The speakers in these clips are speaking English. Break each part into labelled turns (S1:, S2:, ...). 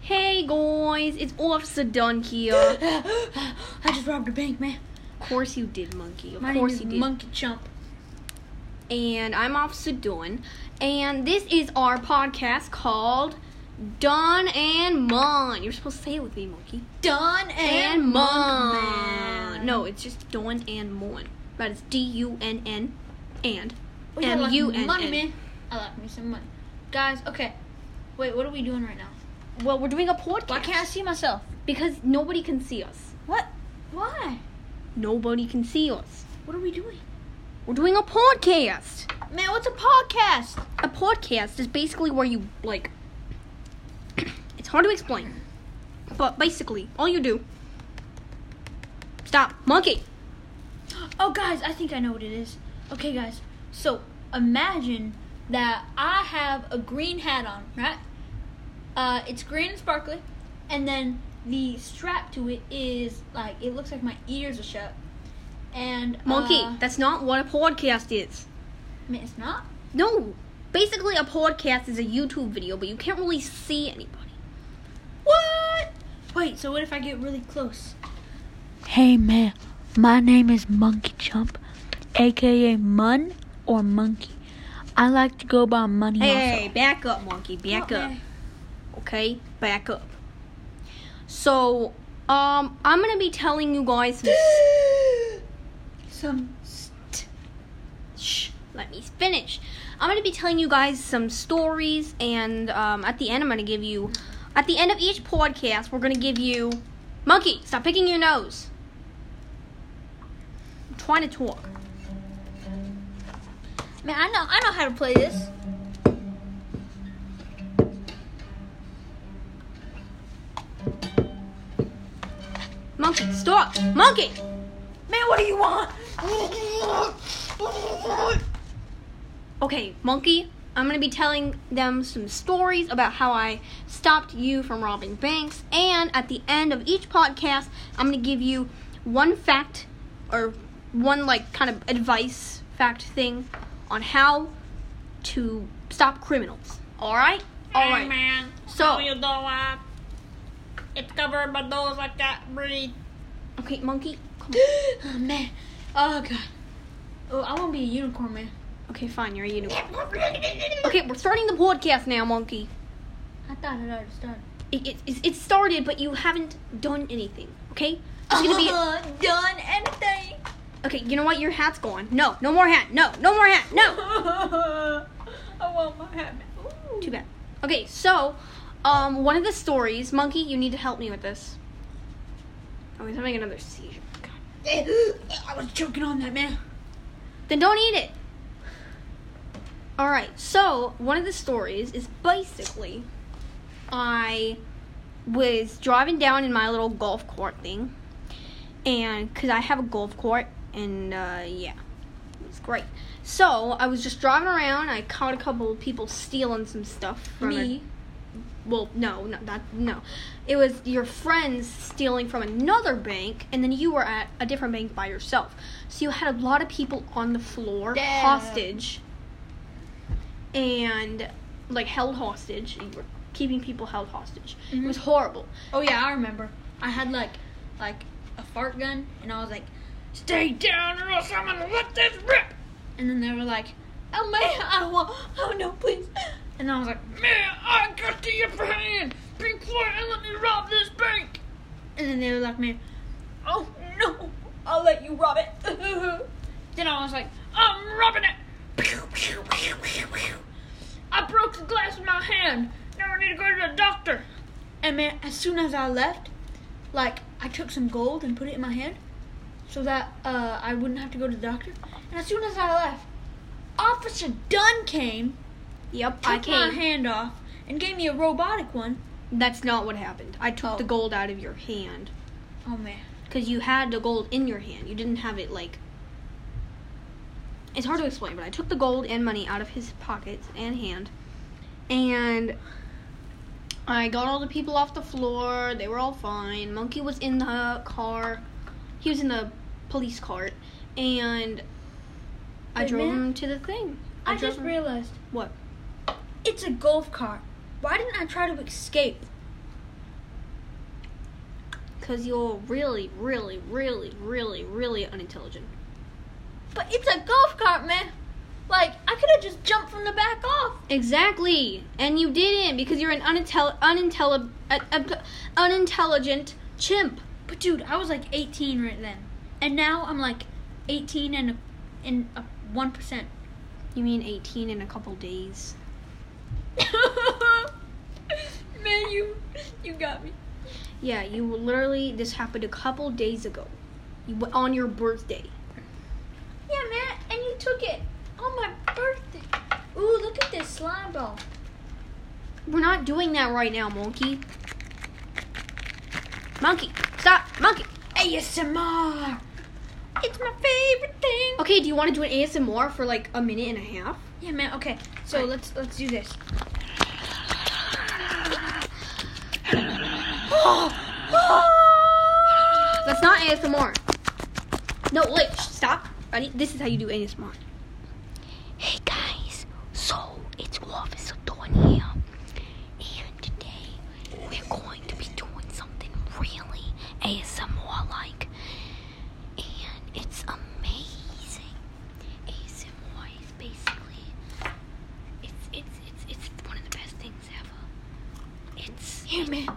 S1: Hey guys, it's Officer Dunn here.
S2: I just robbed a bank, man.
S1: Of course you did, monkey. Of
S2: My name
S1: course
S2: is
S1: you did.
S2: Monkey Chump.
S1: and I'm Officer Dunn, and this is our podcast called Dunn and Mon. You're supposed to say it with me, monkey.
S2: Done and,
S1: And
S2: and
S1: Mon. No, it's just Dunn and Mon. But it's D U N N and
S2: we got a lot of
S1: M-U-N-N.
S2: money, man. I like me some money, guys. Okay, wait, what are we doing right now?
S1: well, we're doing a podcast
S2: Why can't I see myself?
S1: because nobody can see us.
S2: What? Why?
S1: Nobody can see us.
S2: What are we doing?
S1: We're doing a podcast.
S2: Man, what's a podcast?
S1: a podcast is basically where you like it's hard to explain but basically all you do stop monkey
S2: Oh, guys, I think I know what it is. Okay, guys, so imagine that I have a green hat on, right? Uh, it's green and sparkly, and then the strap to it is like it looks like my ears are shut. And
S1: monkey
S2: uh,
S1: that's not what a podcast is
S2: man, it's not.
S1: no basically a podcast is a youtube video but you can't really see anybody
S2: What? Wait, so what if I get really close?
S3: Hey man, my name is Monkey Chump, aka Mun or Monkey. I like to go by Money
S1: hey,
S3: also.
S1: back up monkey back
S2: Oh,
S1: up
S2: man.
S1: okay back up so um i'm gonna be telling you guys some
S2: Some. St-
S1: Shh, let me finish. I'm gonna be telling you guys some stories, and um, at the end, I'm gonna give you, at the end of each podcast, we're gonna give you, monkey, stop picking your nose. I'm trying to talk.
S2: man, I know, I know how to play this.
S1: Monkey, stop. Monkey.
S2: Man, what do you want? Oh,
S1: Okay, monkey. I'm gonna be telling them some stories about how I stopped you from robbing banks, and at the end of each podcast, I'm gonna give you one fact or one like kind of advice fact thing on how to stop criminals. All right, all
S4: Hey,
S1: right.
S4: man.
S1: So-
S2: Oh.
S4: How you doing? It's covered by those I can't breathe.
S1: Okay, monkey. Come
S2: oh, man. Oh god. Oh, I want to be a unicorn, man.
S1: on. Okay, fine. You're a unicorn. Okay, we're starting the podcast now, monkey.
S2: I thought it already started.
S1: It it, it, it started, but you haven't done anything. Okay, it's gonna be.
S2: done anything.
S1: Okay, you know what? Your hat's gone. No, no more hat. No, no more hat. No.
S2: I want my hat. man. Ooh.
S1: Too bad. Okay, so, um, one of the stories, Monkey, you need to help me with this. Oh, he's having another seizure. God.
S2: I was choking on that, man.
S1: Then don't eat it. All right. So one of the stories is basically, I was driving down in my little golf cart thing, and cause I have a golf cart, and uh, yeah, it's great. So I was just driving around. I caught a couple of people stealing some stuff from a-
S2: Me.
S1: well, no, no, that no. It was your friends stealing from another bank, and then you were at a different bank by yourself. So you had a lot of people on the floor,
S2: Damn.
S1: hostage, and like held hostage. You were keeping people held hostage. It
S2: Mhm.
S1: was horrible.
S2: Oh yeah, I remember. I had like, like a fart gun, and I was like, "Stay down, or else I'm gonna let this rip." And then they were like, "Oh man, I don't want. Oh no, please." And I was like,
S4: Man, I got the upper hand. Pink Floyd, and let me rob this bank.
S2: and then they were like, "Man, oh no, I'll let you rob it." then I was like,
S4: I'm robbing it. Pew, pew, pew, pew, pew. I broke the glass in my hand. Now I need to go to the doctor.
S2: and man, as soon as I left, like I took some gold and put it in my hand, so that uh, I wouldn't have to go to the doctor. And as soon as I left, Officer Dunn came.
S1: Yep, I
S2: took my
S1: came.
S2: hand off and gave me a robotic one.
S1: That's not what happened. I took
S2: Oh.
S1: the gold out of your hand
S2: Oh man.
S1: because you had the gold in your hand. You didn't have it like. It's hard to explain, but I took the gold and money out of his pockets and hand, and I got all the people off the floor. They were all fine. Monkey was in the car. He was in the police cart, and I
S2: Wait,
S1: drove
S2: man.
S1: him to the thing.
S2: I,
S1: drove
S2: just
S1: him-
S2: realized
S1: what?
S2: it's a golf cart. Why didn't I try to escape?
S1: because you're really, really, really, really, really unintelligent.
S2: But it's a golf cart, man. Like, I could have just jumped from the back off.
S1: Exactly, and you didn't because you're an unintel- unintelli- uh, uh, unintelligent chimp.
S2: But dude, I was like 18 right then. And now I'm like 18 and a, and a 1%.
S1: You mean 18 in a couple days?
S2: man, you you got me.
S1: Yeah, you were literally this happened a couple days ago, you, w- on your birthday.
S2: Yeah, man, and you took it on my birthday. Ooh, look at this slime ball.
S1: We're not doing that right now, monkey. Monkey, stop, monkey.
S2: ASMR. It's my favorite thing.
S1: Okay, do you want to do an ASMR for like a minute and a half?
S2: Yeah, man. Okay, so let's let's do this. Oh,
S1: That's not ASMR. No, wait, sh- stop. I need, this is how you do ASMR.
S3: Hey guys, so it's Officer Dawn here, and today we're going to be doing something really ASMR like, and it's amazing. ASMR is basically it's it's it's it's one of the best things ever. It's
S2: Here, man.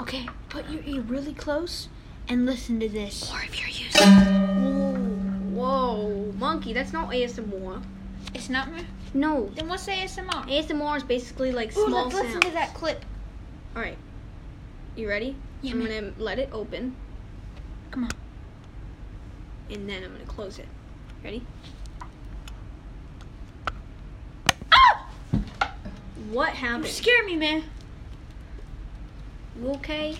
S2: Okay, put your ear really close and listen to this.
S3: or if you're using
S1: Whoa, whoa, monkey, that's not ASMR.
S2: It's not me.
S1: No,
S2: Then what's ASMR?
S1: ASMR is basically like
S2: Ooh,
S1: small
S2: let's listen to
S1: sounds.
S2: that clip.
S1: All right, you ready?
S2: Yeah,
S1: I'm
S2: man.
S1: gonna let it open.
S2: Come on.
S1: and then I'm gonna close it. Ready?
S3: Ah!
S1: What
S2: You
S1: happened?
S2: scare me, man.
S1: You okay?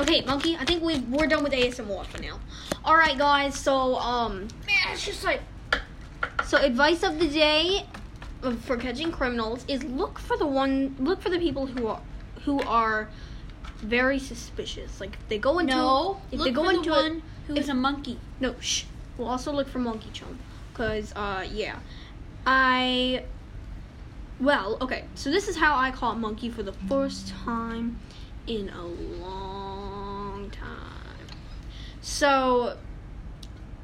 S1: Okay, monkey. I think we we're done with ASMR for now. All right, guys. So um,
S2: Man, it's just like
S1: so advice of the day uh, for catching criminals is look for the one look for the people who are who are very suspicious. Like if they go into
S2: no.
S1: if
S2: Look
S1: they go
S2: for
S1: into
S2: the
S1: a-
S2: one who
S1: if-
S2: is a monkey.
S1: No, shh. We'll also look for Monkey Chum. Because, uh, yeah. I. Well, okay. So this is how I caught Monkey for the first time in a long time. So.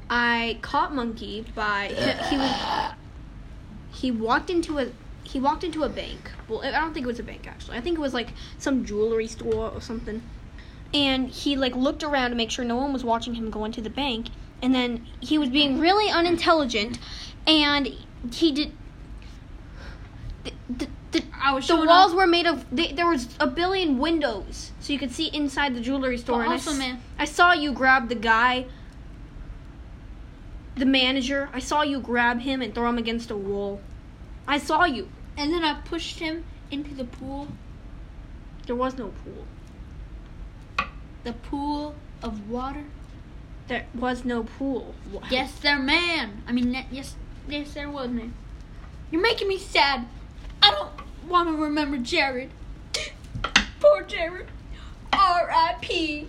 S1: I caught Monkey by. He, he was. He walked into a. He walked into a bank. Well, I don't think it was a bank actually. I think it was like some jewelry store or something and he like looked around to make sure no one was watching him go into the bank and then he was being really unintelligent and he did the, the, the,
S2: I was
S1: the
S2: showing
S1: walls were made of they, there was a billion windows so you could see inside the jewelry store
S2: But
S1: and I
S2: also,
S1: s-
S2: man.
S1: I saw you grab the guy the manager i saw you grab him and throw him against a wall i saw you
S2: And then I pushed him into the pool,
S1: there was no pool
S2: the pool of water.
S1: there was no pool Wha-
S2: Yes, there, man. I mean, that- yes, yes, there was, man. You're making me sad. I don't want to remember Jared. Poor Jared. R.I.P.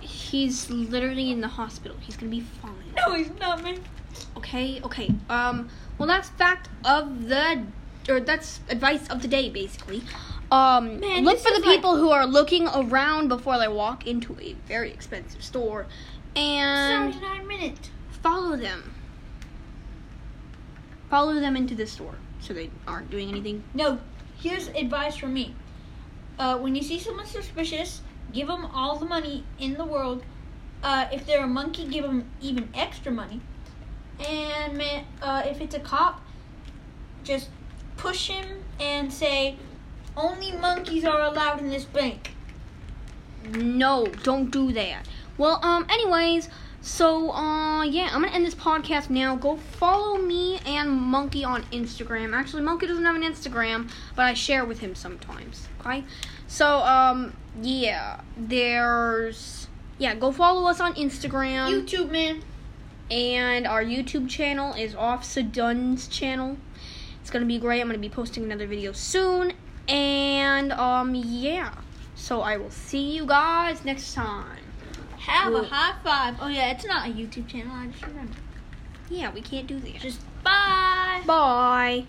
S1: he's literally in the hospital he's gonna be fine
S2: no, he's not, man.
S1: Okay, okay. Um, well, that's fact of the, or that's advice of the day, basically. Um,
S2: Man,
S1: look
S2: this
S1: for the
S2: is like-
S1: people who are looking around before they walk into a very expensive store, and
S2: 79 minutes.
S1: follow them. Follow them into the store so they aren't doing anything.
S2: No, here's advice from me. Uh, when you see someone suspicious, give them all the money in the world. Uh, if they're a monkey, give them even extra money. And man, uh, if it's a cop, just push him and say, "Only monkeys are allowed in this bank."
S1: No, don't do that. Well, um, anyways, so uh, yeah, I'm gonna end this podcast now. Go follow me and Monkey on Instagram. Actually, Monkey doesn't have an Instagram, but I share with him sometimes. Okay, so um, yeah, there's yeah, go follow us on Instagram
S2: YouTube man,
S1: and our YouTube channel is Officer Dunn's channel. It's gonna be great. I'm gonna be posting another video soon, and um, yeah. So I will see you guys next time.
S2: have a
S1: Well-
S2: high five. Oh yeah, it's not a YouTube channel. I just remember.
S1: Yeah, we can't do that.
S2: Just bye.
S1: Bye.